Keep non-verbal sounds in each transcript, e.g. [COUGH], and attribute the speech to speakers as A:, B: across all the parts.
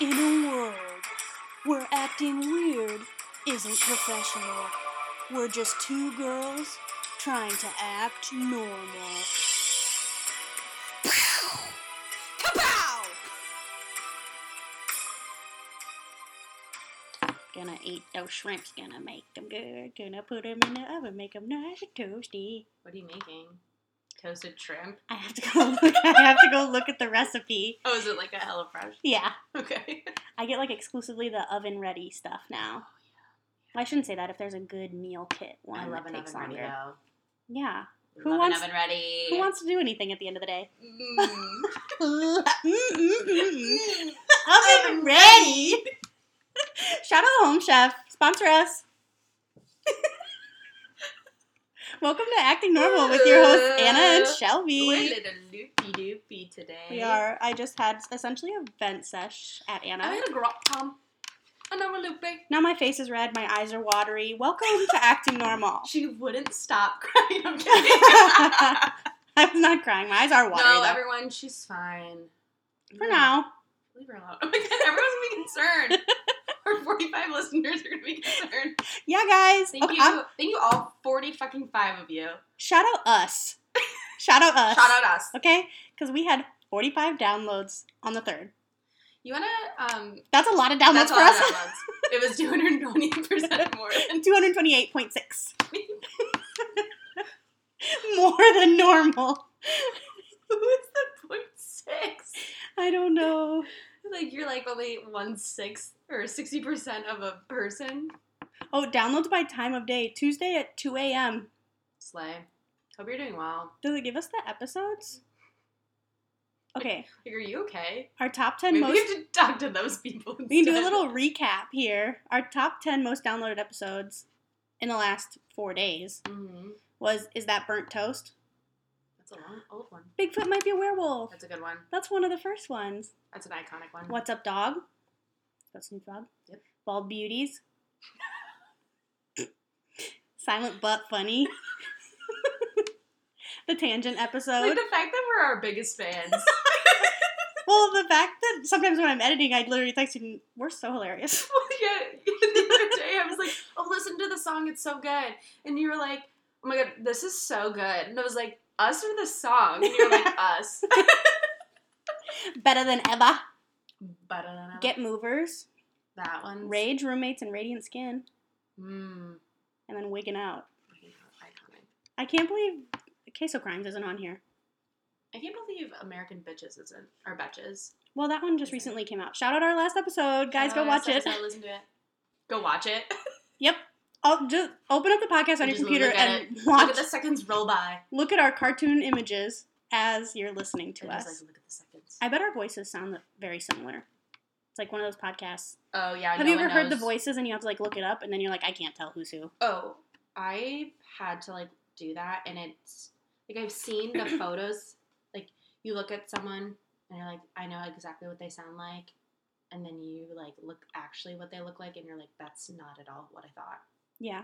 A: In a world where acting weird isn't professional, we're just two girls trying to act normal. Pow! Kapow! Gonna eat those shrimps, gonna make them good. Gonna put them in the oven, make them nice and toasty.
B: What are you making? Toasted shrimp?
A: I have to go [LAUGHS] look. I have to go look at the recipe.
B: Oh, is it like a HelloFresh? [LAUGHS]
A: Yeah.
B: Okay.
A: I get like exclusively the oven ready stuff now. Well, I shouldn't say that if there's a good meal kit one
B: I love
A: that
B: an
A: takes
B: oven
A: longer.
B: ready though.
A: Yeah. Who
B: Who love
A: wants-
B: an oven ready?
A: Who wants to do anything at the end of the
B: [LAUGHS]
A: day? [LAUGHS]
B: Mm.
A: oven
B: Mm.
A: ready. [LAUGHS] Shout out to Home Chef. Sponsor us. Welcome to Acting Normal with your hosts Anna and Shelby.
B: We're little loopy doopy today.
A: We are. I just had essentially a vent sesh at Anna.
B: I had a grot pump. And I'm a loopy.
A: Now my face is red, my eyes are watery. Welcome
B: [LAUGHS]
A: to Acting Normal.
B: She wouldn't stop [LAUGHS] crying. I'm kidding.
A: [LAUGHS] I'm not crying. My eyes are watery
B: no,
A: though.
B: everyone, she's fine.
A: For
B: No,
A: now.
B: Leave her alone. [LAUGHS] Oh my god, everyone's gonna be concerned.
A: [LAUGHS]
B: Our 45 listeners are gonna be concerned.
A: Yeah, guys.
B: Thank
A: Okay,
B: you.
A: I'm-
B: Thank you all 40 fucking five of you.
A: shout out
B: [LAUGHS]
A: us. shout out us.
B: Shout out us.
A: Okay? Because we had 45 downloads on the third.
B: You wanna um
A: That's a lot of downloads
B: that's
A: for
B: all
A: us.
B: downloads. It was 220% more
A: [LAUGHS]
B: than
A: 228.6. [LAUGHS] More than normal.
B: who is the point six?
A: I don't know.
B: Like you're like only one sixth or sixty percent of a person.
A: Oh, downloads by time of day. Tuesday at 2 a.m.
B: Slay. Hope you're doing well.
A: Does it give us the episodes? Okay.
B: Like, are you okay?
A: Our top 10
B: Maybe
A: most.
B: we have to talk to those people.
A: We can do a
B: instead.
A: little recap here. Our top 10 most downloaded episodes in the last four days
B: Mhm.
A: was Is That Burnt Toast?
B: That's a long old one.
A: Bigfoot Might Be a Werewolf.
B: That's a good one.
A: That's one of the first ones.
B: That's an iconic one.
A: What's Up Dog? That's Snoop Dogg.
B: Yep.
A: Bald Beauties. Silent But
B: [LAUGHS]
A: Funny. the Tangent
B: Like
A: episode.
B: the fact that we're our biggest fans.
A: Well, the fact that sometimes when I'm editing, I literally text you, we're so
B: [LAUGHS]
A: hilarious.
B: yeah, the other day I was like, "Oh, listen to the song; it's so good." And you were like, "Oh my god, this is so good!" And I was like, "Us or the song?" And
A: [LAUGHS]
B: you're like, "Us."
A: Better than ever.
B: But I don't know.
A: Get Movers.
B: that one.
A: Rage, Roommates, and Radiant Skin.
B: Mm.
A: And then Wigging Out.
B: Iconic.
A: I can't believe Queso Crimes isn't on here.
B: I can't believe American Bitches isn't or Betches.
A: Well, that one just recently came out. Shout out our last episode, guys.
B: Shout
A: go
B: out
A: watch
B: to us,
A: it.
B: episode, Uh, Listen to it. Go watch it.
A: Yep. Oh, just open up the podcast on your
B: Just
A: computer
B: look at
A: and
B: Look
A: watch.
B: at the seconds roll by.
A: Look at our cartoon images as you're listening to
B: And
A: us.
B: just like look at the seconds.
A: I bet our voices sound very similar. It's like one of those podcasts.
B: oh yeah.
A: have
B: no
A: you ever
B: one
A: heard the
B: knows.
A: voices and you have to like look it up and then you're like, I can't tell who's who.
B: Oh, I had to like do that, and it's like I've seen the photos. Like you look at someone, and you're like, I know exactly what they sound like, and then you like look actually what they look like, and you're like, that's not at all what I thought.
A: Yeah.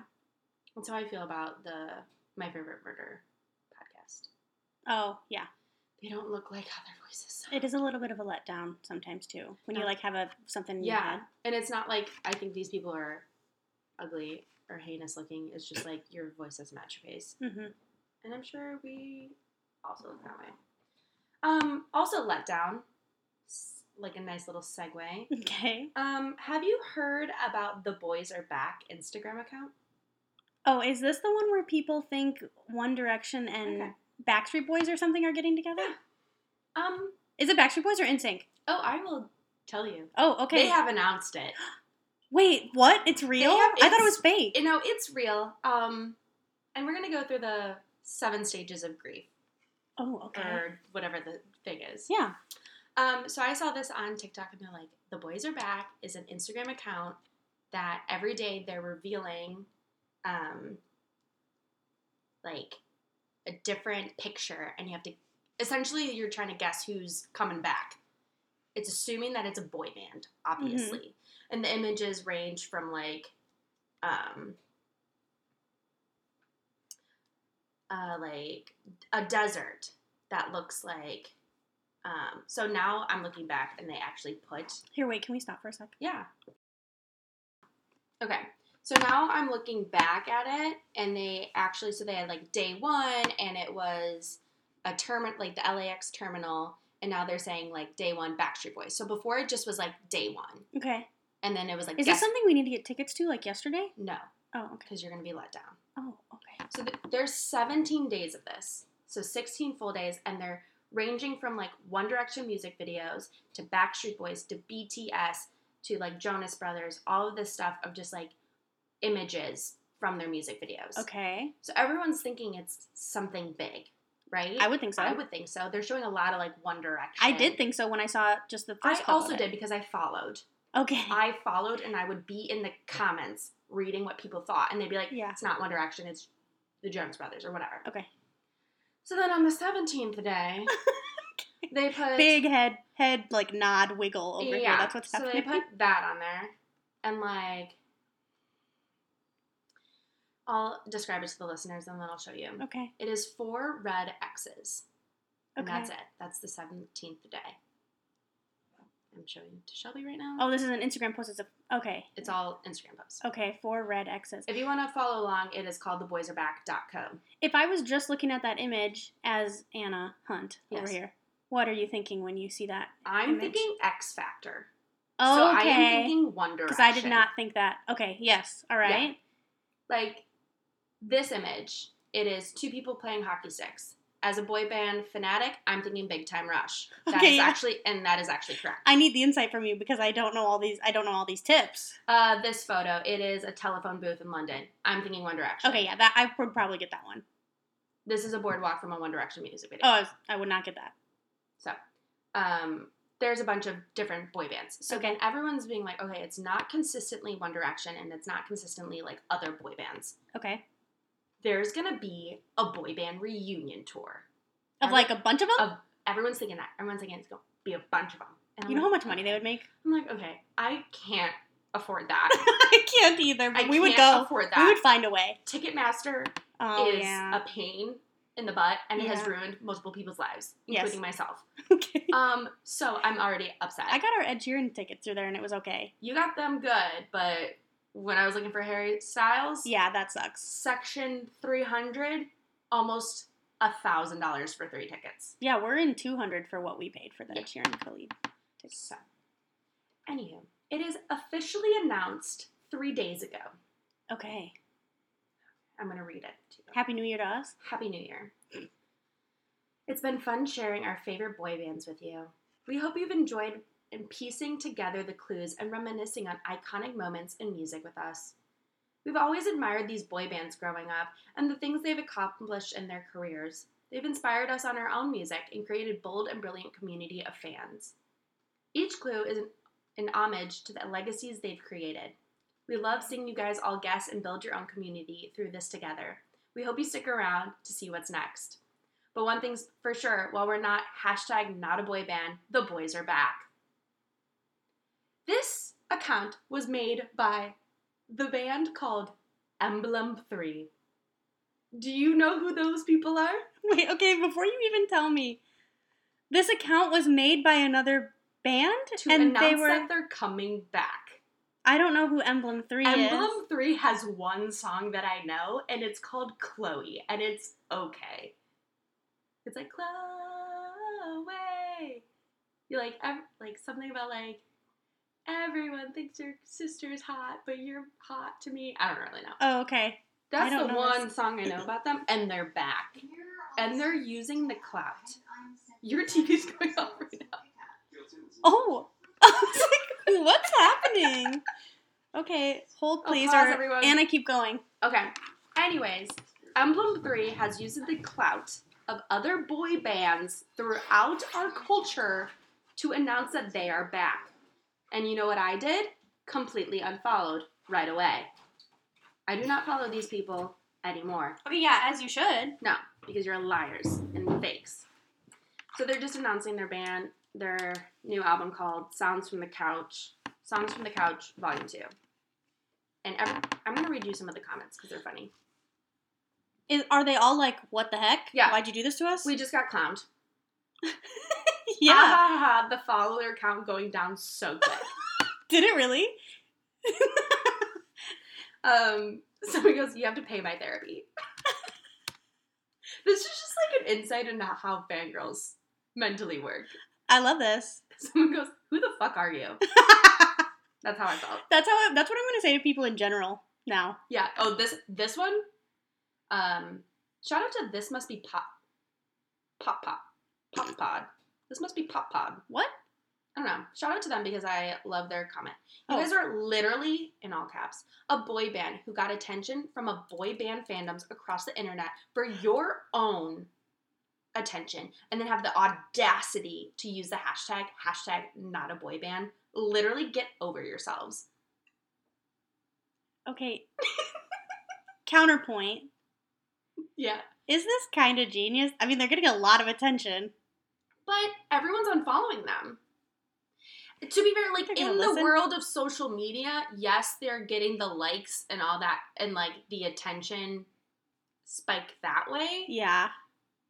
B: That's how I feel about the My Favorite Murder podcast.
A: Oh, yeah.
B: They don't look like how their voices. Sound.
A: It is a little bit of a letdown sometimes too when you
B: Yeah.
A: like have a something. in your
B: Yeah,
A: head.
B: and it's not like I think these people are ugly or heinous looking. It's just like your voice doesn't match your face.
A: Mhm.
B: and I'm sure we also look that way. Um, also let down, s- like a nice
A: [LAUGHS]
B: little segue.
A: [LAUGHS] Okay.
B: Um, have you heard about the Boys Are Back Instagram account?
A: Oh, is this the one where people think One Direction and
B: Okay.
A: Backstreet Boys or something are getting together?
B: [GASPS] Yeah. Um,
A: Is it Backstreet Boys or NSYNC?
B: oh, I will tell you.
A: Oh, okay.
B: They have announced it.
A: Wait, what? It's real?
B: have-
A: I thought it
B: it's-
A: was fake.
B: You know, it's real. Um, and we're gonna go through the seven stages of grief
A: oh, okay.
B: or whatever the thing is.
A: yeah.
B: Um, so I saw this on TikTok and they're like, The Boys Are Back is an Instagram account that every day they're revealing um, like a different picture and you have to essentially you're trying to guess who's coming back. It's assuming that it's a boy band, obviously. And the images range from like um uh, like a desert that looks like Um, so now I'm looking back and they actually put,
A: Here, wait, can we stop for a sec?
B: yeah. Okay. So now I'm looking back at it and they actually, so they had like day one and it was a term, like the LAX terminal. And now they're saying like day one Backstreet Boys. So before it just was like day one.
A: Okay.
B: And then it was like,
A: Is
B: guess-
A: this something we need to get tickets to like yesterday?
B: No,
A: Oh, okay.
B: because you're going to be let down.
A: Oh, okay.
B: So th- there's 17 days of this. So 16 full days, and they're ranging from like One Direction music videos to Backstreet Boys to BTS to like Jonas Brothers, all of this stuff of just like images from their music videos.
A: Okay.
B: So everyone's thinking it's something big, right?
A: I would think so.
B: I would think so. They're showing a lot of like One Direction.
A: I did think so when I saw just the
B: I
A: first. couple
B: also
A: of it.
B: did because I followed.
A: Okay.
B: I followed and I would be in the comments reading what people thought, and they'd be like,
A: Yeah.
B: it's not One Direction, it's the Jonas Brothers or whatever.
A: Okay.
B: So then on the 17th
A: [LAUGHS]
B: day, they put.
A: Big head, head like nod, wiggle over here. That's what's
B: So they
A: happening.
B: put that on there. And like. I'll describe it to the listeners and then I'll show you.
A: [LAUGHS] okay.
B: It is four red X's. And
A: Okay.
B: that's it. That's the 17th day. I'm showing it to Shelby right now.
A: Oh, this is an Instagram post. It's a okay.
B: It's all Instagram posts.
A: Okay, four red X's.
B: If you want to follow along, it is called theboysareback.co.
A: If I was just looking at that image as Anna Hunt
B: Yes.
A: over here, what are you thinking when you see that?
B: I'm
A: Image.
B: thinking X Factor. So I am
A: Okay.
B: thinking One Direction.
A: Because I did not think that. Okay, yes. All
B: Yeah.
A: right.
B: like this image it is two people playing hockey sticks as a boy band fanatic i'm thinking big time rush That is
A: Okay, yeah.
B: actually and that is actually correct
A: I need the insight from you because I don't know all these I don't know all these tips.
B: uh, this photo it is a telephone booth in london i'm thinking one direction
A: Okay, yeah, that I would probably get that one.
B: this is a boardwalk from a one direction music video
A: Oh, I, was, I would not get that.
B: so um, there's a bunch of different boy bands so again everyone's being like okay it's not consistently one direction and it's not consistently like other boy bands
A: Okay.
B: there's gonna be a boy band reunion tour
A: Of like a bunch of them?
B: Of- everyone's thinking that. Everyone's thinking it's going to be a bunch of them. And I'm
A: you know how
B: like,
A: much money they would make? [LAUGHS]
B: I'm like, okay, I can't afford that.
A: I can't either, but
B: I
A: we would
B: can't
A: go.
B: afford
A: We
B: that.
A: would find a way.
B: Ticketmaster
A: Oh
B: is
A: yeah.
B: a pain in the butt, and it has
A: Yeah.
B: ruined multiple people's lives,
A: Yes.
B: including
A: [LAUGHS]
B: myself.
A: okay.
B: Um, so I'm already upset.
A: I got our Ed Sheeran tickets through there and it was okay.
B: you got them good, but when I was looking for Harry Styles,
A: Yeah, that sucks.
B: section 300, almost a thousand dollars for three tickets.
A: Yeah, we're in 200 for what we paid for the
B: Yeah.
A: Ed Sheeran Philly tickets.
B: So, anywho, it is officially announced three days ago.
A: Okay.
B: I'm gonna read it to you.
A: Happy New Year to us. [LAUGHS]
B: Happy New Year. It's been fun sharing our favorite boy bands with you. We hope you've enjoyed in piecing together the clues and reminiscing on iconic moments in music with us. We've always admired these boy bands growing up and the things they've accomplished in their careers. They've inspired us on our own music and created bold and brilliant community of fans. Each clue is an, an homage to the legacies they've created. We love seeing you guys all guess and build your own community through this together. We hope you stick around to see what's next. But one thing's for sure, while we're not hashtag not a boy band, the boys are back. This account was made by the band called Emblem 3. Do you know who those people are?
A: Wait, okay, before you even tell me, this account was made by another band?
B: To
A: and
B: announce
A: they were.
B: that they're coming back.
A: I don't know who Emblem 3
B: Emblem
A: is.
B: 3 has one song that I know, and it's called Chloe, and it's okay. It's like Chloe. You like ev- like something about like everyone thinks your sister's hot, but you're hot to me. I don't really know.
A: Oh, okay. I
B: That's
A: don't
B: the
A: know
B: one
A: this.
B: song I know about them, and they're back. And they're using the clout. Your TV's going off right now.
A: Oh! [LAUGHS] I was like, what's happening? Okay, hold
B: Oh,
A: please,
B: pause,
A: or
B: everyone.
A: Anna, keep going.
B: Okay. Anyways, Emblem 3 has used the clout of other boy bands throughout our culture to announce that they are back. And you know what I did? Completely unfollowed right away. I do not follow these people anymore.
A: Okay, yeah, as you should.
B: No, because you're liars and fakes. So they're just announcing their band, their new album called Sounds from the Couch, Songs from the Couch, Volume 2. And every, I'm going to read you some of the comments because they're funny.
A: Is, are they all like, what the heck?
B: Yeah.
A: Why'd you do this to us?
B: We just got clowned. Yeah.
A: [LAUGHS] yeah.
B: the follower count going down so quick.
A: Did it really?
B: um, somebody goes, You have to pay my therapy. [LAUGHS] this is just like an insight into how fangirls mentally work. [LAUGHS]
A: I love this.
B: Someone goes, Who the fuck are you? That's how I felt.
A: That's how. I, that's what I'm going to say to people in general now.
B: Yeah. Oh, this this one. Um, shout out to this must be pop, pop pop, pop pod. This must be pop pod.
A: What?
B: I don't know. Shout out to them because I love their comment. You
A: Oh.
B: guys are literally in all caps a boy band who got attention from a boy band fandoms across the internet for your own attention, and then have the audacity to use the hashtag hashtag not a boy band. Literally, get over yourselves. [LAUGHS]
A: Okay. Counterpoint.
B: Yeah.
A: Is this kind of genius? I mean, they're getting a lot of attention.
B: but everyone's unfollowing them. To be fair, like
A: They're gonna
B: in the
A: listen.
B: world of social media, yes, they're getting the likes and all that, and like the attention spike that way.
A: Yeah.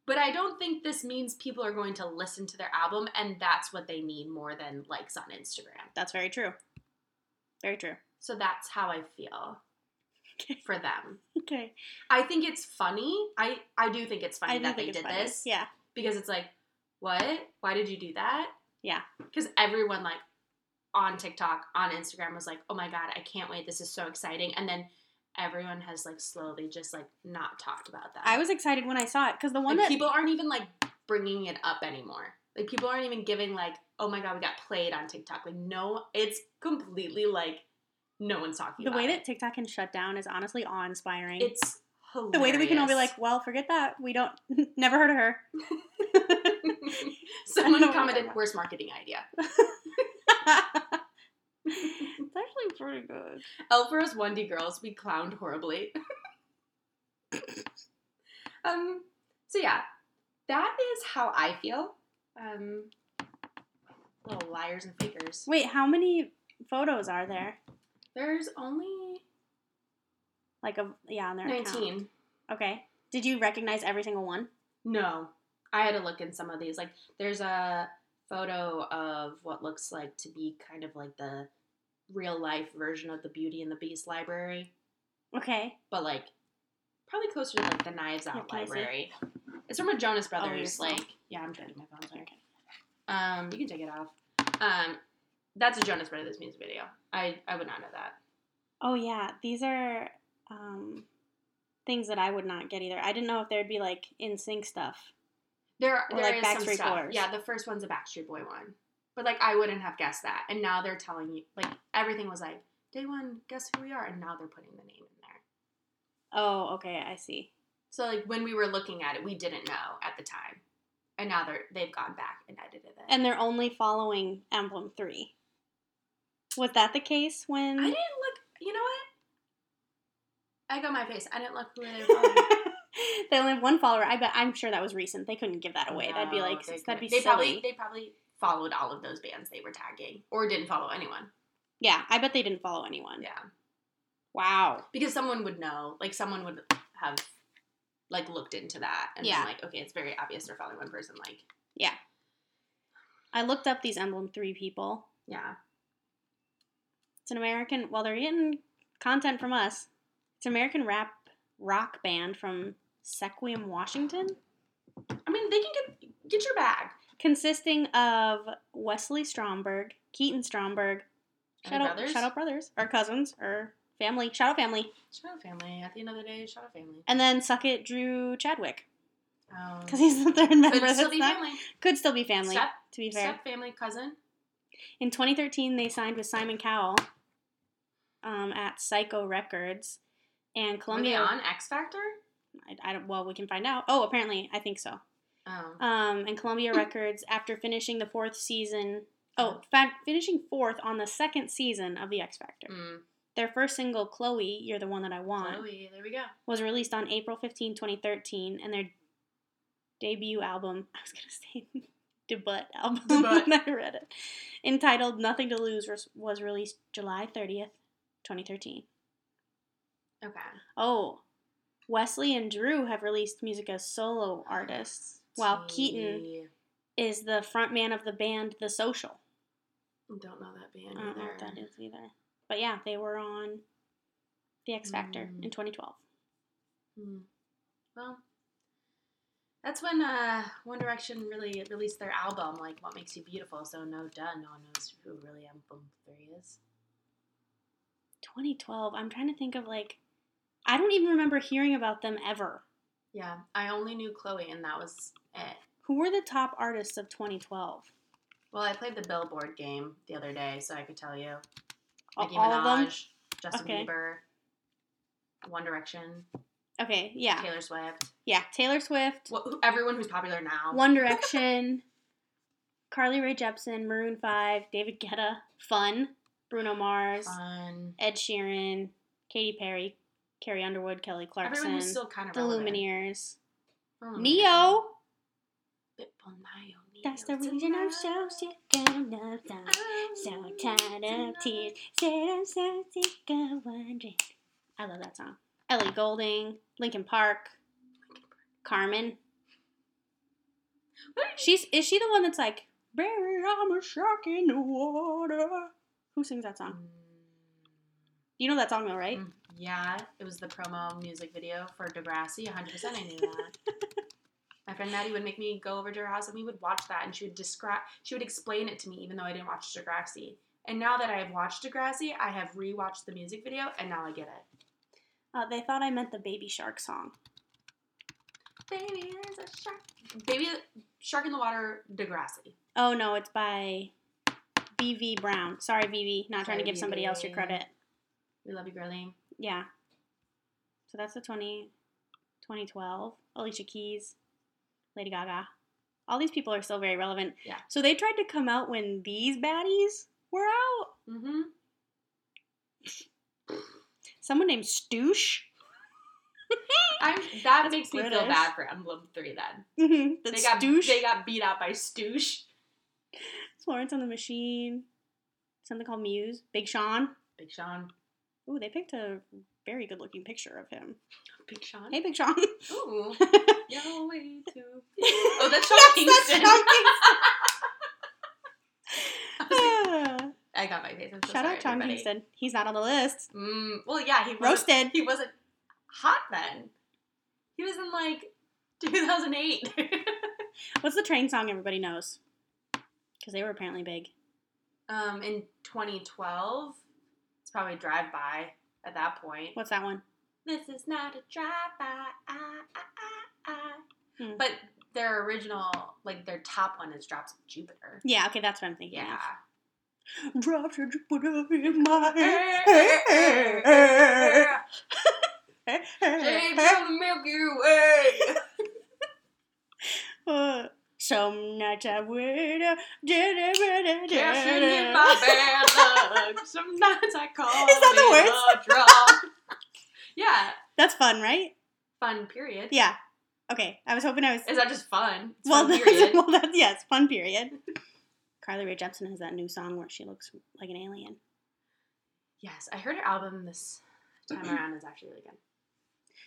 B: But I don't think this means people are going to listen to their album, and that's what they need more than likes on Instagram.
A: That's very true. Very true. [LAUGHS]
B: So that's how I feel
A: Okay.
B: for them.
A: Okay.
B: I think it's funny. I I do think it's funny
A: do
B: that they
A: it's
B: did
A: funny.
B: this.
A: Yeah.
B: because it's like, what? Why did you do that?
A: Yeah.
B: Because everyone like on TikTok, on Instagram was like, oh my god, I can't wait. This is so exciting. And then everyone has like slowly just like not talked about that.
A: I was excited when I saw it because the one that
B: like, people aren't even like bringing it up anymore. Like people aren't even giving like, oh my god, we got played on TikTok. Like no, it's completely like no one's talking.
A: the
B: about
A: way
B: it.
A: that TikTok can shut down is honestly awe inspiring.
B: it's hilarious.
A: the way that we can all be like, well, forget that. We don't. [LAUGHS] never heard of her.
B: [LAUGHS]
A: I don't know
B: someone
A: what you're talking
B: commented,
A: about.
B: worst marketing
A: [LAUGHS]
B: idea.
A: It's actually pretty good.
B: Elfra's 1D girls, we clowned horribly. [LAUGHS] um, so yeah, that is how I feel. Um, little liars and fakers.
A: Wait, how many photos are there?
B: There's only
A: Like a yeah on their account.
B: 19.
A: Okay. Did you recognize every single one?
B: No, I had to look in some of these. Like, there's a photo of what looks like to be kind of like the real life version of the Beauty and the Beast library,
A: Okay.
B: but like probably closer to like the Knives
A: Yeah,
B: Out
A: can I see?
B: library. It's from a Jonas
A: you're
B: Brothers.
A: still-
B: like, yeah, I'm trying to my phone. Sorry. Um, you can take it off. Um, that's a Jonas Brothers music video. I I would not know that.
A: Oh yeah, these are um, things that I would not get either. I didn't know if there'd be like in sync stuff.
B: There
A: Or,
B: there
A: like,
B: is some
A: Backstreet
B: stuff.
A: Boys.
B: Yeah, the first one's a Backstreet Boy one, but like I wouldn't have guessed that. And now they're telling you like everything was like day one. Guess who we are? And now they're putting the name in there.
A: Oh, okay, I see.
B: So like when we were looking at it, we didn't know at the time, and now they're they've gone back and edited it.
A: And they're only following Emblem Three. Was that the case
B: I didn't
A: when?
B: look. You know what? I got my face. I didn't look who they were
A: [LAUGHS]
B: following.
A: they only have one follower. I bet I'm sure that was recent. They couldn't give that away. That'd be
B: No,
A: like
B: they
A: that'd be
B: couldn't. they
A: silly.
B: probably they probably followed all of those bands they were tagging or didn't follow anyone.
A: yeah, I bet they didn't follow anyone.
B: Yeah,
A: Wow.
B: because someone would know, like someone would have like looked into that and
A: Yeah.
B: been like, okay, it's very obvious they're following one person. Like,
A: I looked up these Emblem Three people.
B: yeah,
A: It's an American. Well, they're getting content from us. It's an American rap rock band from Sequim, Washington,
B: I mean they can get get your bag.
A: consisting of Wesley Stromberg, Keaton Stromberg,
B: And
A: shout out,
B: brothers?
A: shout out brothers, or cousins, or family, shout out family,
B: Shout out family. At the end of the day, shout out family.
A: and then suck it, Drew Chadwick,
B: Um,
A: because he's the third member.
B: could still
A: that's
B: be
A: not-
B: family.
A: Could still be family.
B: Step,
A: to be fair,
B: step family cousin.
A: in 2013 they signed with Simon Cowell um, at Psycho Records, and Columbia.
B: Were they on X Factor?
A: I, I don't. Well, we can find out. Oh, apparently, I think so.
B: Oh,
A: Um, and
B: [LAUGHS]
A: Columbia Records, after finishing the fourth season, oh, fa- finishing fourth on the second season of The X Factor.
B: mm,
A: Their first single, Chloe, You're the One That I Want,
B: Chloe. There we go.
A: was released on April 15, 2013, and their debut album, [LAUGHS] I was going to say debut album [LAUGHS]
B: Debut.
A: when I read it, entitled Nothing to Lose, was- was released July 30th, 2013.
B: Okay.
A: Oh, Wesley and Drew have released music as solo artists, while Keaton
B: Tea.
A: is the frontman of the band The Social.
B: Don't know that
A: I don't
B: band
A: know
B: either.
A: what that is either. But yeah, they were on The X Factor
B: Mm.
A: in 2012.
B: Hmm. Well, that's when uh, One Direction really released their album, like "What Makes You Beautiful." So no, duh, no one knows who really Emblem Three is.
A: 2012. I'm trying to think of like, I don't even remember hearing about them ever.
B: Yeah, I only knew Chloe, and that was it.
A: Who were the top artists of 2012?
B: Well, I played the Billboard game the other day, so I could tell you.
A: All-
B: Nicki
A: all of them?
B: Minaj, Justin
A: Okay.
B: Bieber, One Direction,
A: Okay, yeah,
B: Taylor Swift,
A: yeah. Taylor Swift,
B: wh- who- everyone who's popular now.
A: One Direction, Carly Rae Jepsen, Maroon Five, David Guetta, Fun, Bruno Mars,
B: Fun.
A: Ed Sheeran, Katy Perry, Carrie Underwood, Kelly
B: Everyone
A: Clarkson,
B: who's still kind of Oh,
A: The Lumineers,
B: Lumineers.
A: Neo.
B: Pitbull, Neo,
A: That's the
B: Neo,
A: reason I'm so
B: tonight.
A: sick of love. song. So tired of tears, said I'm so sick of wondering. I love that song. Ellie Golding, Linkin Park, Carmen. She's is she the one that's like, "Baby, I'm a shark in the water"? Who sings that song? You know that song though, right?
B: Mm, Yeah, it was the promo music video for Degrassi. 100% I knew
A: [LAUGHS]
B: that. My friend Maddie would make me go over to her house and we would watch that and she would describe, she would explain it to me even though I didn't watch Degrassi. And now that I have watched Degrassi, I have rewatched the music video and now I get it.
A: Uh, they thought I meant the Baby Shark song.
B: Baby, there's a shark. Baby, Shark in the Water, Degrassi.
A: Oh no, it's by V.V. Brown. Sorry, V.V. Not trying
B: Sorry,
A: to give somebody else your
B: VV.
A: credit.
B: We love you, girlie.
A: Yeah. So that's the 20, 2012. Alicia Keys, Lady Gaga. All these people are still very relevant.
B: Yeah.
A: So they tried to come out when these baddies were out.
B: Mm-hmm.
A: Someone named Stoosh. [LAUGHS]
B: I'm, that
A: That's
B: makes me feel
A: British.
B: bad for Emblem 3 then.
A: Mhm,
B: They
A: That's
B: got,
A: Stoosh.
B: they got beat out by Stoosh.
A: Florence on the Machine. Something called Muse. Big Sean.
B: Big Sean.
A: Ooh, they picked a very good looking picture of him.
B: Big Sean.
A: Hey, Big
B: [LAUGHS]
A: Sean. [LAUGHS]
B: Ooh. You're way [LAUGHS] too.
A: oh, [LAUGHS]
B: that's Sean
A: Sean
B: Kingston. [LAUGHS] I got my face. I'm so
A: Ah, Shout
B: sorry,
A: out Sean
B: everybody.
A: Kingston. He's not on the list.
B: Mm, well, yeah, he wasn't,
A: Roasted.
B: [LAUGHS] He wasn't hot then. He was in like [LAUGHS] 2008.
A: What's the train song everybody knows? Because they were apparently big.
B: [LAUGHS] um, in 2012, it's probably Drive By at that point.
A: What's that one?
B: This is not a drive by. Ah, ah, ah, ah.
A: Hmm.
B: But their original, like their top one, is Drops of Jupiter.
A: Yeah, okay, that's what I'm thinking.
B: Yeah.
A: of. Drops are just put up in my
B: Take
A: hand.
B: the Milky Way.
A: Uh, [LAUGHS] Some nights I uh, wait.
B: Cashing in my bad luck. Some nights I call
A: Is that the
B: it
A: words?
B: a draw. [LAUGHS] yeah,
A: [LAUGHS] That's fun, right?
B: fun period.
A: Yeah. Okay, I was hoping I was.
B: Is that just fun? It's
A: well, [LAUGHS]
B: fun
A: that's-
B: period.
A: well, that's yes, fun period. Carly Rae Jepsen has that new song where she looks like an alien.
B: Yes, I heard her album this time around is actually really good.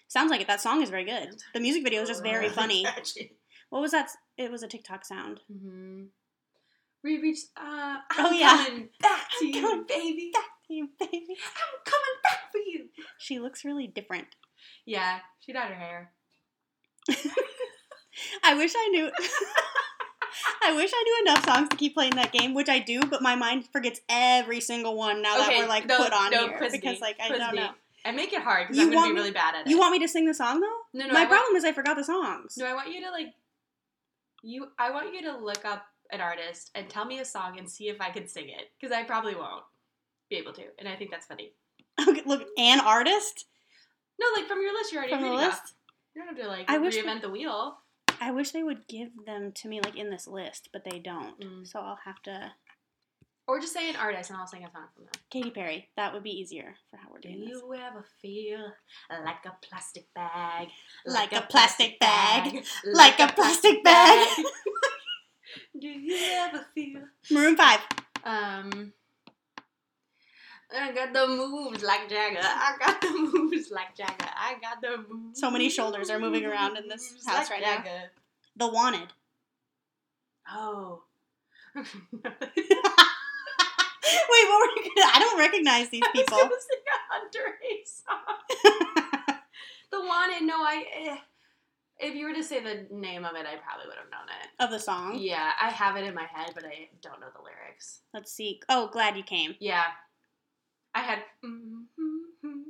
A: Sounds like it. That song is very good. The music video is just very
B: [LAUGHS] Really
A: funny.
B: catchy.
A: What was that? s- It was a TikTok [LAUGHS] sound.
B: Mhm. We reached. Uh, I'm
A: Oh, yeah.
B: coming back to
A: I'm
B: you,
A: coming
B: baby.
A: You baby.
B: I'm coming back for you.
A: She looks really different.
B: Yeah, she dyed her hair.
A: I wish I knew. [LAUGHS] I wish I knew enough songs to keep playing that game, which I do, but my mind forgets every single one now that we're like
B: no-
A: put on
B: no,
A: here
B: quiz me,
A: because like I
B: quiz
A: don't
B: me.
A: know.
B: And make it hard because
A: You
B: I'm gonna
A: want
B: be
A: me-
B: really bad at it.
A: You want me to sing the song though?
B: No, no.
A: my
B: I want,
A: problem is I forgot the songs.
B: no, I want you to like. You, I want you to look up an artist and tell me a song and see if I can sing it because I probably won't be able to, and I think that's funny.
A: [LAUGHS] Okay, look, an artist
B: No, like from your list, you already
A: from the
B: reading off.
A: list.
B: You don't have to like
A: I wish
B: reinvent the wheel.
A: I wish they would give them to me like in this list, but they don't.
B: Mm.
A: So I'll have to.
B: Or just say an artist and I'll sing a song from them.
A: Katy Perry. That would be easier for how we're
B: Do
A: doing this.
B: you ever feel like a plastic bag?
A: Like a plastic bag,
B: [LAUGHS] like a
A: plastic
B: bag. [LAUGHS] Do you ever feel
A: Maroon Five.
B: Um, I got the moves like Jagger. I got the [LAUGHS] moves like Jagger. I got the moves.
A: So many shoulders are moving around in this house right now.
B: now.
A: The Wanted.
B: Oh.
A: [LAUGHS]
B: [LAUGHS]
A: Wait, what were you gonna? I don't recognize these people.
B: [LAUGHS] I was gonna sing a Hunter Hayes song. the one in no, I. eh, If you were to say the name of it, I probably would have known it.
A: Of the song?
B: Yeah, I have it in my head, but I don't know the lyrics.
A: Let's see. Oh, glad you came. [LAUGHS]
B: Yeah, I had. mm, mm, mm.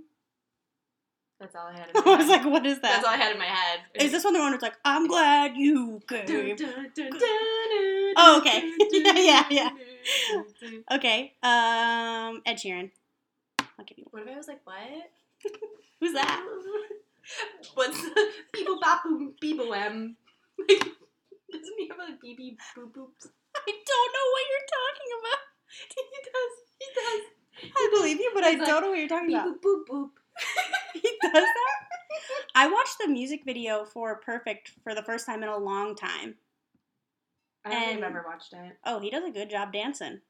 B: That's all I had. In my
A: I was
B: head.
A: like, what is
B: that's all
A: that?
B: I had in my head.
A: Is this one the one that's like, I'm glad you
B: Dun,
A: came?
B: dun, dun, dun, dun,
A: Oh, okay.
B: dun, dun,
A: Yeah, yeah,
B: dun,
A: yeah.
B: dun, dun.
A: Okay. Um, Ed Sheeran. I'll give you one.
B: What if I was like, what? [LAUGHS]
A: Who's that?
B: What's the people bop boom beebo em? Like, [LAUGHS] doesn't he have a BB boop boops?
A: I don't know what you're talking about.
B: [LAUGHS] He does. He does.
A: I believe you, but I
B: He's like,
A: don't know what you're talking
B: Beep [LAUGHS]
A: about.
B: boop boop boop.
A: He does that? I watched the music video for Perfect for the first time in a long time.
B: I don't think
A: And-
B: I've ever watched it.
A: Oh, he does a good job dancing.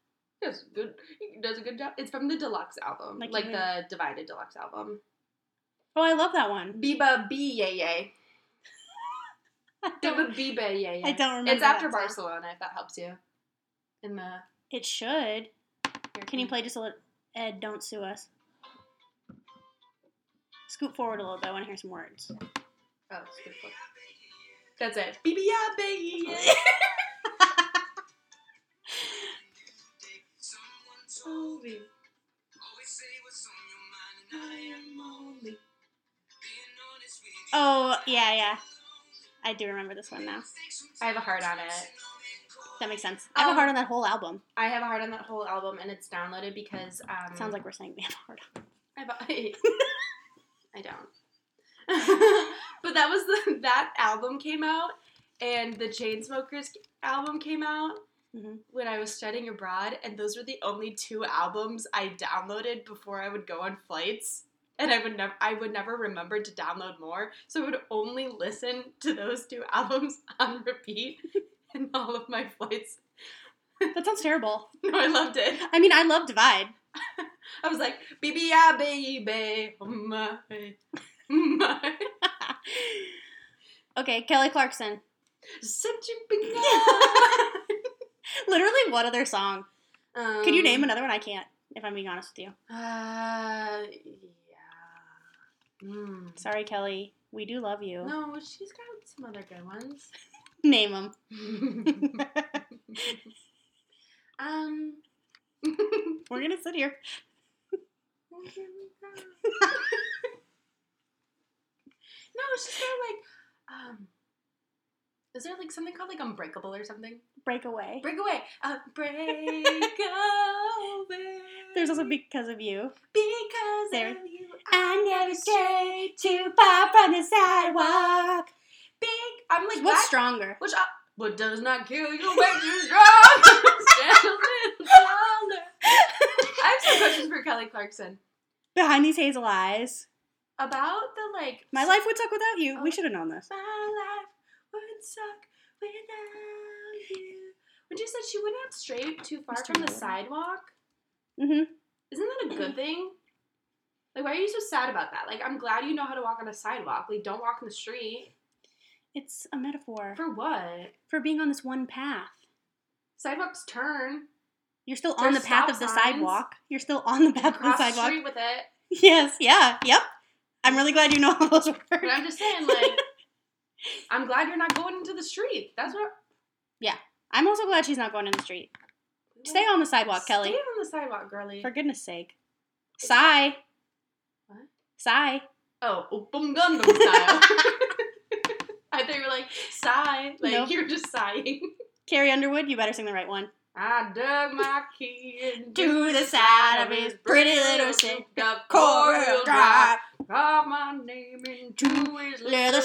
B: He does good. He does a good job. It's from the deluxe album,
A: Like
B: like,
A: even-
B: the divided deluxe album.
A: Oh, I love that one.
B: Biba B yay yay. Biba Biba yay yay.
A: I don't remember.
B: It's after
A: that song.
B: Barcelona. If that helps you. In the.
A: It should. Can
B: Mm.
A: you play just a little? Ed, don't sue us. Scoot forward a little bit. I want to hear some words.
B: Oh, it's good. That's it. BB baby. yay.
C: Someone told me,
B: Holy.
C: always say what's on your mind, and I am only being honest with you.
A: Oh, yeah, yeah. I do remember this one now.
B: I have a heart on it.
A: That makes sense. I have a
B: Um,
A: heart on that whole album.
B: I have a heart on that whole album, and it's downloaded because um,
A: Sounds like we're saying we have a heart on.
B: I, bought,
A: [LAUGHS]
B: I don't. [LAUGHS] but that was the that album came out, and the Chainsmokers album came out
A: Mhm.
B: when I was studying abroad, and those were the only two albums I downloaded before I would go on flights. And I would never, I would never remember to download more, so I would only listen to those two [LAUGHS] albums on repeat in all of my flights.
A: That sounds terrible.
B: No, I loved it.
A: I mean, I love Divide. [LAUGHS]
B: I was like, baby, yeah, baby, oh my, my,
A: okay, Kelly Clarkson.
B: such a
A: [LAUGHS]
B: big love.
A: Literally, what other song?
B: um,
A: Could you name another one? I can't, if I'm being honest with you.
B: Uh, yeah. Hmm.
A: Sorry, Kelly. We do love you.
B: No, she's got some other good
A: [LAUGHS]
B: ones.
A: Name them.
B: um.
A: [LAUGHS]
B: [LAUGHS]
A: We're going to sit here.
B: No, she's got like, um, is there like something called like Unbreakable or something?
A: Breakaway.
B: Break away, uh,
A: [LAUGHS]
B: break away.
A: There's also Because of You.
B: because
A: There.
B: of you.
A: I never stray too far from the sidewalk.
B: Big. I'm like
A: What's
B: that-
A: stronger?
B: Which I, what does not kill you [LAUGHS] makes you strong. Stand a little taller. I have some questions for Kelly Clarkson
A: Behind these hazel eyes.
B: about the like.
A: My life would suck without you. We
B: Oh.
A: should have known this.
B: My life would suck without you. When you said she wouldn't have strayed too far
A: Mr.
B: from the
A: Norden.
B: sidewalk,
A: hmm
B: isn't that a good thing? Like, why are you so sad about that? Like, I'm glad you know how to walk on a sidewalk. Like, don't walk in the street.
A: It's a metaphor
B: For what?
A: for being on this one path.
B: Sidewalks turn.
A: You're still on
B: There's
A: the path
B: stop
A: of the
B: signs.
A: sidewalk. You're still on the path of the
B: Cross the
A: sidewalk.
B: street with
A: [LAUGHS]
B: it.
A: Yes, yeah, yep. I'm really glad you know all those words.
B: But I'm just
A: [LAUGHS]
B: saying, like, I'm glad you're not going into the street. That's what.
A: I'm also glad she's not going in the street. Stay on the sidewalk, Kelly.
B: Stay on the sidewalk, girly.
A: For goodness sake. Sigh.
B: What?
A: Sigh.
B: oh, oop, boom gum boom style. [LAUGHS] I thought you were like sigh, like
A: Nope.
B: you're just sighing.
A: Carrie Underwood, you better sing the right one.
B: I dug my key into
A: To the side of his pretty little sick
B: up
A: Coral drive,
B: Carve my name into [LAUGHS] his
A: leather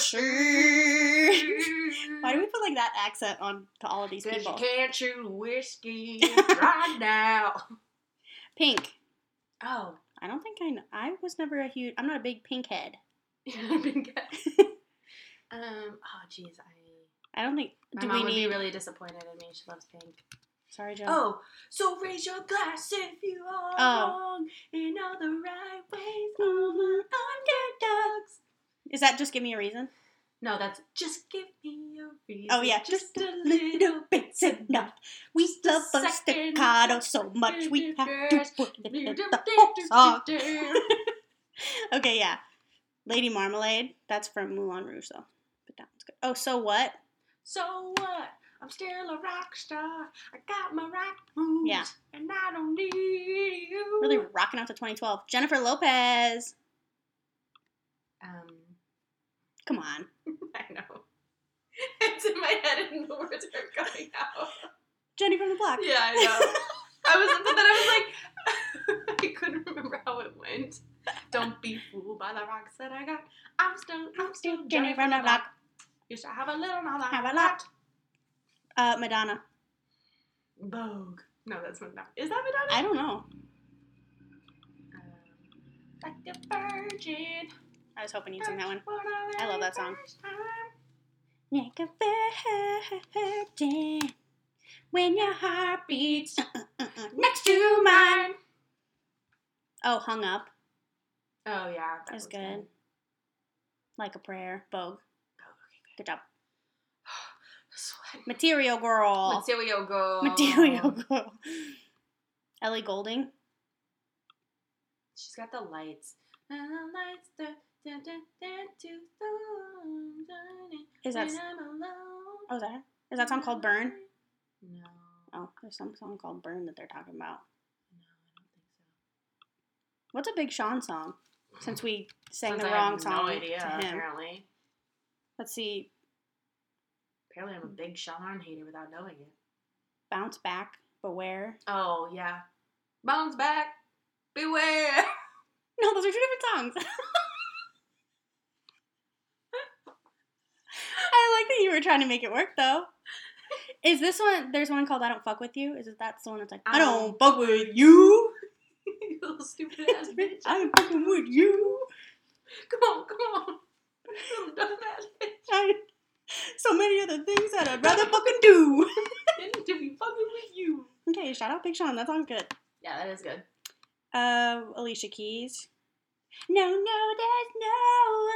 A: shoe. Why
B: Why
A: do we put like that accent on to all of these
B: Cause you
A: people?
B: can't chew whiskey [LAUGHS] right now.
A: Pink.
B: Oh, [LAUGHS]
A: I don't think I know. I was never a huge. I'm not a big pink head.
B: I've been good. [LAUGHS] um. Oh, jeez. I.
A: I don't think.
B: My
A: do
B: mom
A: we
B: would
A: need?
B: be really disappointed in me. She loves pink.
A: sorry, Joe.
B: Oh, so raise your glass if you are
A: Oh.
B: wrong in all the right ways. All my underdogs.
A: Is that just give me a reason?
B: No, that's just give me a reason.
A: Oh, yeah,
B: just, a
A: Little
B: little
A: bits enough. We love a
B: Second
A: staccato so much we have to
B: verse.
A: put it in the whole song.
B: bit.
A: Okay, yeah. Lady Marmalade. That's from Moulin Rouge, though. But that one's good. Oh, so what?
B: so what? I'm still a rock star. I got my rock moves,
A: Yeah.
B: and I don't need you.
A: Really rocking out to 2012. Jennifer Lopez.
B: Um,
A: Come on.
B: [LAUGHS] I know. It's in my head, and the words are coming out.
A: Jenny from the Block.
B: Yeah, I know. I was, but then I was like, [LAUGHS] I couldn't remember how it went. Don't be fooled by the rocks that I got. I'm still, I'm still
A: Jenny from the Block.
B: You should have a little, not
A: Have a lot. Uh, Madonna.
B: Vogue. No, that's Madonna. Is that Madonna?
A: I don't know.
B: Um, like a virgin.
A: I was hoping you'd sing that one.
B: for the
A: I love that
B: very
A: song.
B: first time.
A: Like a virgin when your heart beats uh-uh, next to mine. Oh, hung up.
B: Oh yeah, that
A: That's
B: was
A: good. Like a prayer. Vogue. Good job. [LAUGHS]
B: Sweat.
A: Material Girl.
B: Material girl.
A: Material Girl. Ellie Golding.
B: She's got the lights. And the lights da- da- da- da- do- do- do-
A: Is that
B: when I'm alone.
A: oh is that her? Is that song called Burn?
B: No, no,
A: Oh, there's some song called Burn that they're talking about.
B: I don't think so.
A: What's a Big Sean song? Since we sang
B: Since
A: the
B: I
A: wrong
B: have
A: song
B: No idea.
A: to him.
B: Apparently,
A: Let's see.
B: apparently, I'm a big Sean hater without knowing it.
A: Bounce back. Beware.
B: Oh yeah, bounce back, beware. [LAUGHS]
A: No, those are two different songs. [LAUGHS] I like that you were trying to make it work though. Is this one? There's one called "I Don't Fuck with You." Is it that's the one that's like "I don't fuck with you"?
B: you little stupid ass bitch.
A: I ain't fucking with you.
B: Come on, come on. You little dumb ass bitch.
A: I, so many other things that I'd rather fucking do. [LAUGHS]
B: Didn't do be fucking with you.
A: Okay, shout out Big Sean. That sounds good.
B: Yeah, that is good.
A: Uh, Alicia Keys. No, no, there's no.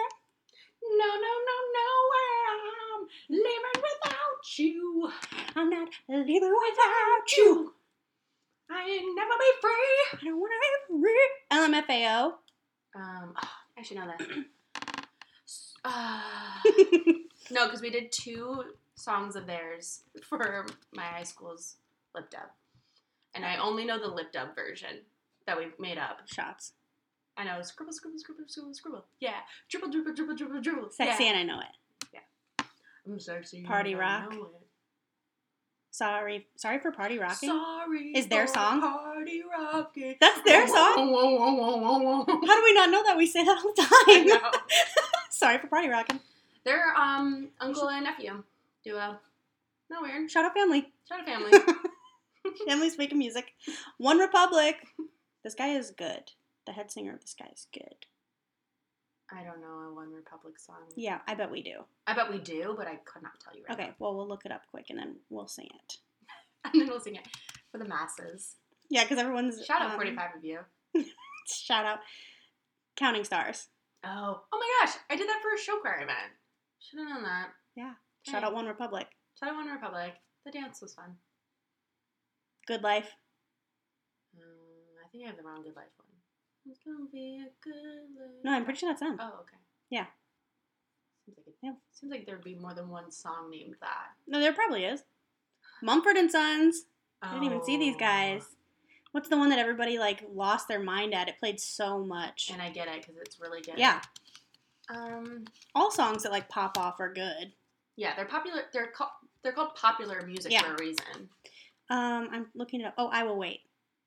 B: No, no, no, no. I'm living without you.
A: I'm not living without you.
B: I ain't never be free.
A: I don't want to be free. LMFAO.
B: Um, oh, I should know that. [CLEARS THROAT] Uh, [LAUGHS] no, because we did two songs of theirs for my high school's lip dub, and I only know the lip dub version that we made up.
A: [LAUGHS] Shots.
B: I know scribble, scribble, scribble, scribble, scribble. Yeah, dribble, dribble, dribble, dribble, dribble.
A: Sexy
B: Yeah.
A: and I know it.
B: I'm sexy. and
A: Party
B: I
A: rock.
B: know it.
A: Sorry, sorry for party rocking.
B: Sorry.
A: Is their
B: for
A: song?
B: Party rocking.
A: That's their song. [LAUGHS]
B: song.
A: How do we not know that? We say that all
B: [LAUGHS] I
A: the time.
B: know.
A: [LAUGHS] sorry for party rocking.
B: They're um uncle and nephew duo. No weird.
A: Shout out family.
B: Shout
A: [LAUGHS]
B: out family.
A: Family's making music. One Republic. This guy is good. The head singer of this guy is good.
B: I don't know a One Republic song.
A: Yeah, I bet we do.
B: I bet we do, but I could not tell you right
A: Okay, well we'll look it up quick and then we'll sing it.
B: now. [LAUGHS] And then we'll sing it for the masses.
A: Yeah, because everyone's
B: Shout out
A: um,
B: 45 of you.
A: Shout out counting stars.
B: Oh. Oh my gosh. I did that for a show choir event. Should have known that.
A: Yeah. Shout out One Republic.
B: Shout out One Republic. The dance was fun.
A: Good life.
B: Um, I think I have the wrong Good Life one. It's gonna be a good life.
A: No, I'm pretty sure that's them.
B: Oh, okay.
A: Yeah.
B: Seems like, it,
A: Yeah.
B: seems like there'd be more than one song named that.
A: No, there probably is. Mumford and Sons. I didn't even see these
B: Oh.
A: guys. What's the one that everybody like lost their mind at? It played so much.
B: And I get it because it's really good.
A: Yeah,
B: Um.
A: all songs that like pop off are good.
B: Yeah, they're popular. They're called they're called popular music
A: Yeah.
B: for a reason.
A: Um, I'm looking it up. Oh, I will wait.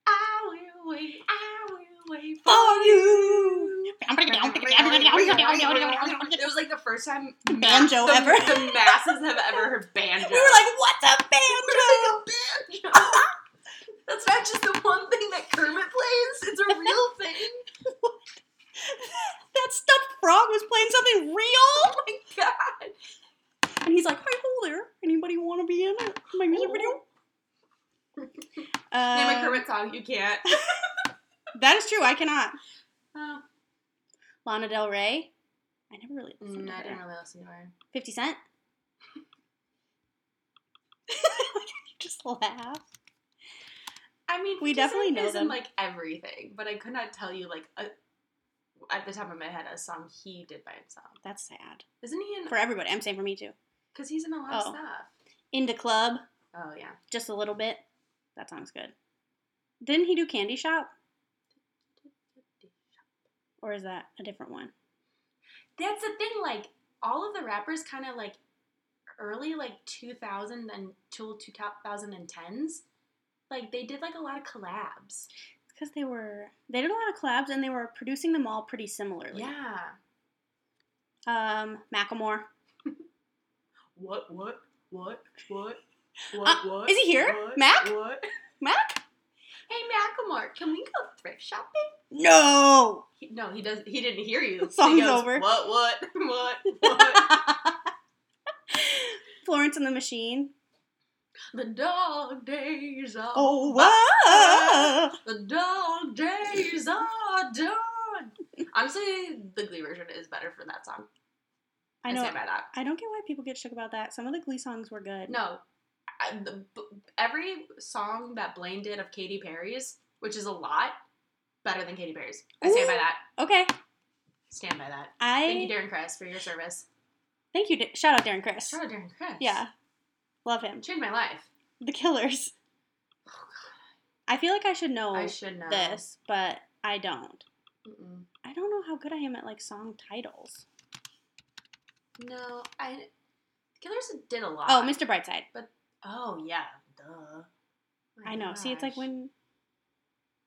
B: I will wait. I will wait
A: For you.
B: It was like the first time
A: Banjo
B: [LAUGHS] the,
A: ever.
B: The masses have ever heard banjo.
A: [LAUGHS] We were like, what's a banjo?
B: [LAUGHS] banjo. That's not just the one thing that Kermit plays. It's a [LAUGHS] real thing.
A: that stuffed frog was playing something real.
B: Oh my god.
A: And he's like, hi, hello there. Anybody want to be in it? my music
B: [LAUGHS]
A: video? Uh,
B: Name a Kermit song. You [LAUGHS] can't.
A: That is true. I cannot.
B: Oh,
A: Lana Del Rey. I never really listened
B: Mm,
A: to
B: I
A: her.
B: didn't really listen to her.
A: 50 Cent? [LAUGHS] Just laugh.
B: I mean,
A: We
B: 50 Cent
A: definitely know
B: is in,
A: them.
B: like everything, but I could not tell you like a, at the top of my head a song he did by himself.
A: That's sad.
B: Isn't he in?
A: For everybody. I'm saying for me too.
B: Because he's in a lot of
A: Oh.
B: stuff.
A: Into Club,
B: Oh yeah.
A: just a little bit. That song's good. Didn't he do Candy Shop? Or is that a different one?
B: That's the thing. Like all of the rappers, kind of like early like 2000 and till 2010s, like they did like a lot of collabs.
A: Because they were, they did a lot of collabs and they were producing them all pretty similarly.
B: Yeah.
A: Um, Macklemore.
B: What? What? What? What?
A: Uh,
B: what?
A: is he here? Mac?
B: What?
A: Mac?
B: Hey, Macklemore, can we go thrift shopping?
A: No! [LAUGHS]
B: He, no, he does. He didn't hear you.
A: The song's
B: He goes,
A: over.
B: What? What? [LAUGHS] What?
A: [LAUGHS]
B: What?
A: Florence and the Machine.
B: the dog days are.
A: Oh, wow!
B: The dog days are done. Honestly, the Glee version is better for that song.
A: I know.
B: stand by that.
A: I don't get why people get shook about that. Some of the Glee songs were good.
B: No, I, the, b- every song that Blaine did of Katy Perry's, which is a lot, better than Katy Perry's. I stand by
A: Ooh.
B: that.
A: Okay.
B: Stand by that.
A: I
B: Thank you, Darren Chris, for your service.
A: Thank you. Da- Shout out Darren Chris.
B: Shout out Darren Chris.
A: Yeah. Love him.
B: Changed my life.
A: The Killers. I feel like I should know
B: Oh, I should know.
A: Oh, this, but I don't.
B: Mm-mm.
A: I don't know how good I am at like song titles.
B: No, I. Killers did a lot.
A: Oh, Mr. Brightside.
B: Oh, yeah. Duh. Oh My
A: I know. See, it's like
B: gosh.
A: when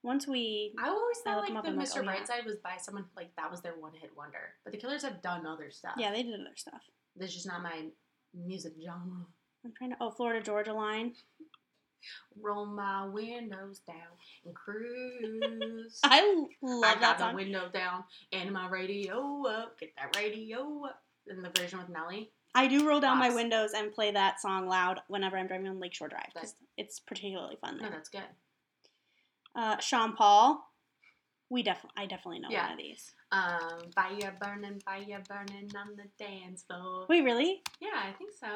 A: once we
B: I always
A: I look
B: thought
A: 'em
B: like
A: up,
B: the
A: I'm like,
B: Mr.
A: oh, yeah.
B: Brightside was by someone like that was their one hit wonder, but the Killers have done other stuff.
A: yeah they did other stuff.
B: that's just not my music genre.
A: I'm trying to oh Florida Georgia Line.
B: Roll my windows down and cruise.
A: [LAUGHS] I l- love
B: [LAUGHS] I got
A: that
B: the
A: song.
B: window down and my radio up. Get that radio up. And the version with Nelly.
A: I do roll down my
B: Box.
A: windows and play that song loud whenever I'm driving on Lakeshore Drive because
B: That's-
A: it's particularly fun
B: No,
A: there.
B: that's good.
A: Uh, Sean Paul. We definitely I definitely know one
B: Yeah.
A: of these.
B: Um, fire burning, fire burning on the dance floor.
A: Wait, really?
B: Yeah, I think so.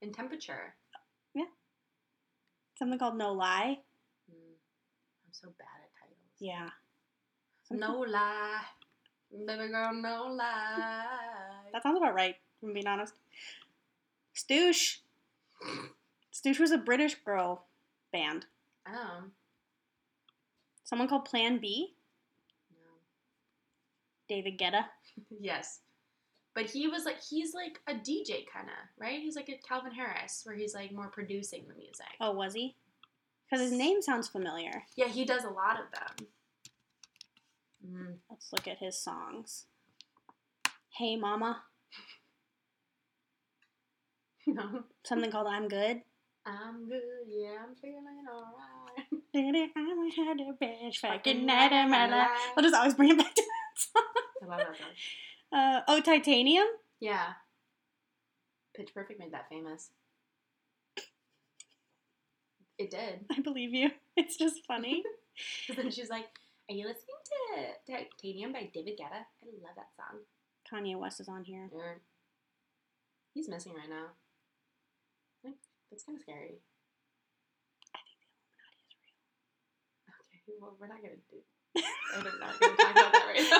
B: And temperature.
A: Something called No Lie.
B: Mm. I'm so bad at titles.
A: Yeah.
B: No lie. Baby girl, no lie.
A: That sounds about right, if I'm being honest. Stoosh. Stoosh was a British girl band.
B: Oh.
A: Someone called Plan B,
B: No.
A: David Guetta.
B: Yes. But he was like, he's like a DJ kind of, right? He's like a Calvin Harris, where he's like more producing the music.
A: Oh, was he? Because his name sounds familiar.
B: Yeah, he does a lot of them. Mm.
A: Let's look at his songs. Hey Mama.
B: No.
A: Something called I'm Good.
B: I'm good, yeah, I'm feeling alright.
A: Did it, I had a bitch fucking night of my life. I'll just always bring it back to that song.
B: I love that song.
A: Uh, oh, Titanium?
B: Yeah. Pitch Perfect made that famous. It did. [LAUGHS]
A: I believe you. [LAUGHS] It's just funny.
B: And then she's like, Are you listening to Titanium by David Guetta? I love that song.
A: Kanye West is on here.
B: Or- He's missing right now. Like, that's kind of scary. Okay, well, we're not going to do I'm not going to talk about that right
A: [LAUGHS]
B: now.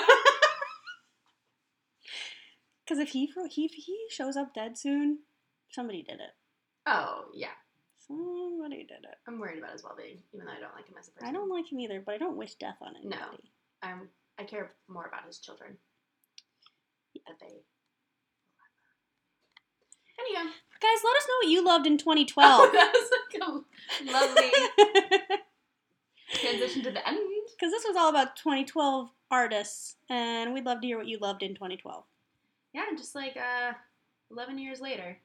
A: Because if he, fro- he if he shows up dead soon, somebody did it.
B: Oh, yeah.
A: Somebody did it.
B: I'm worried about his well being, even though I don't like him as a person.
A: I don't like him either, but I don't wish death on anybody.
B: I'm, I care more about his children. That they. Anyhow.
A: Guys, let us know what you loved in [LAUGHS]
B: [LAUGHS]
A: 2012.
B: that was like a lovely transition to the end.
A: Because this was all about 2012 artists, and we'd love to hear what you loved in 2012.
B: Yeah, just like uh, 11 years later.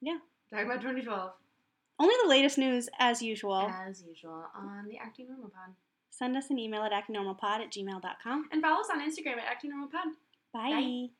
A: Yeah.
B: Talking about 2012.
A: Only the latest news, as usual.
B: As usual on the Acting Normal Pod.
A: Send us an email at actingnormalpod at gmail.com.
B: And follow us on Instagram at Acting Normal Pod.
A: Bye.
B: Bye.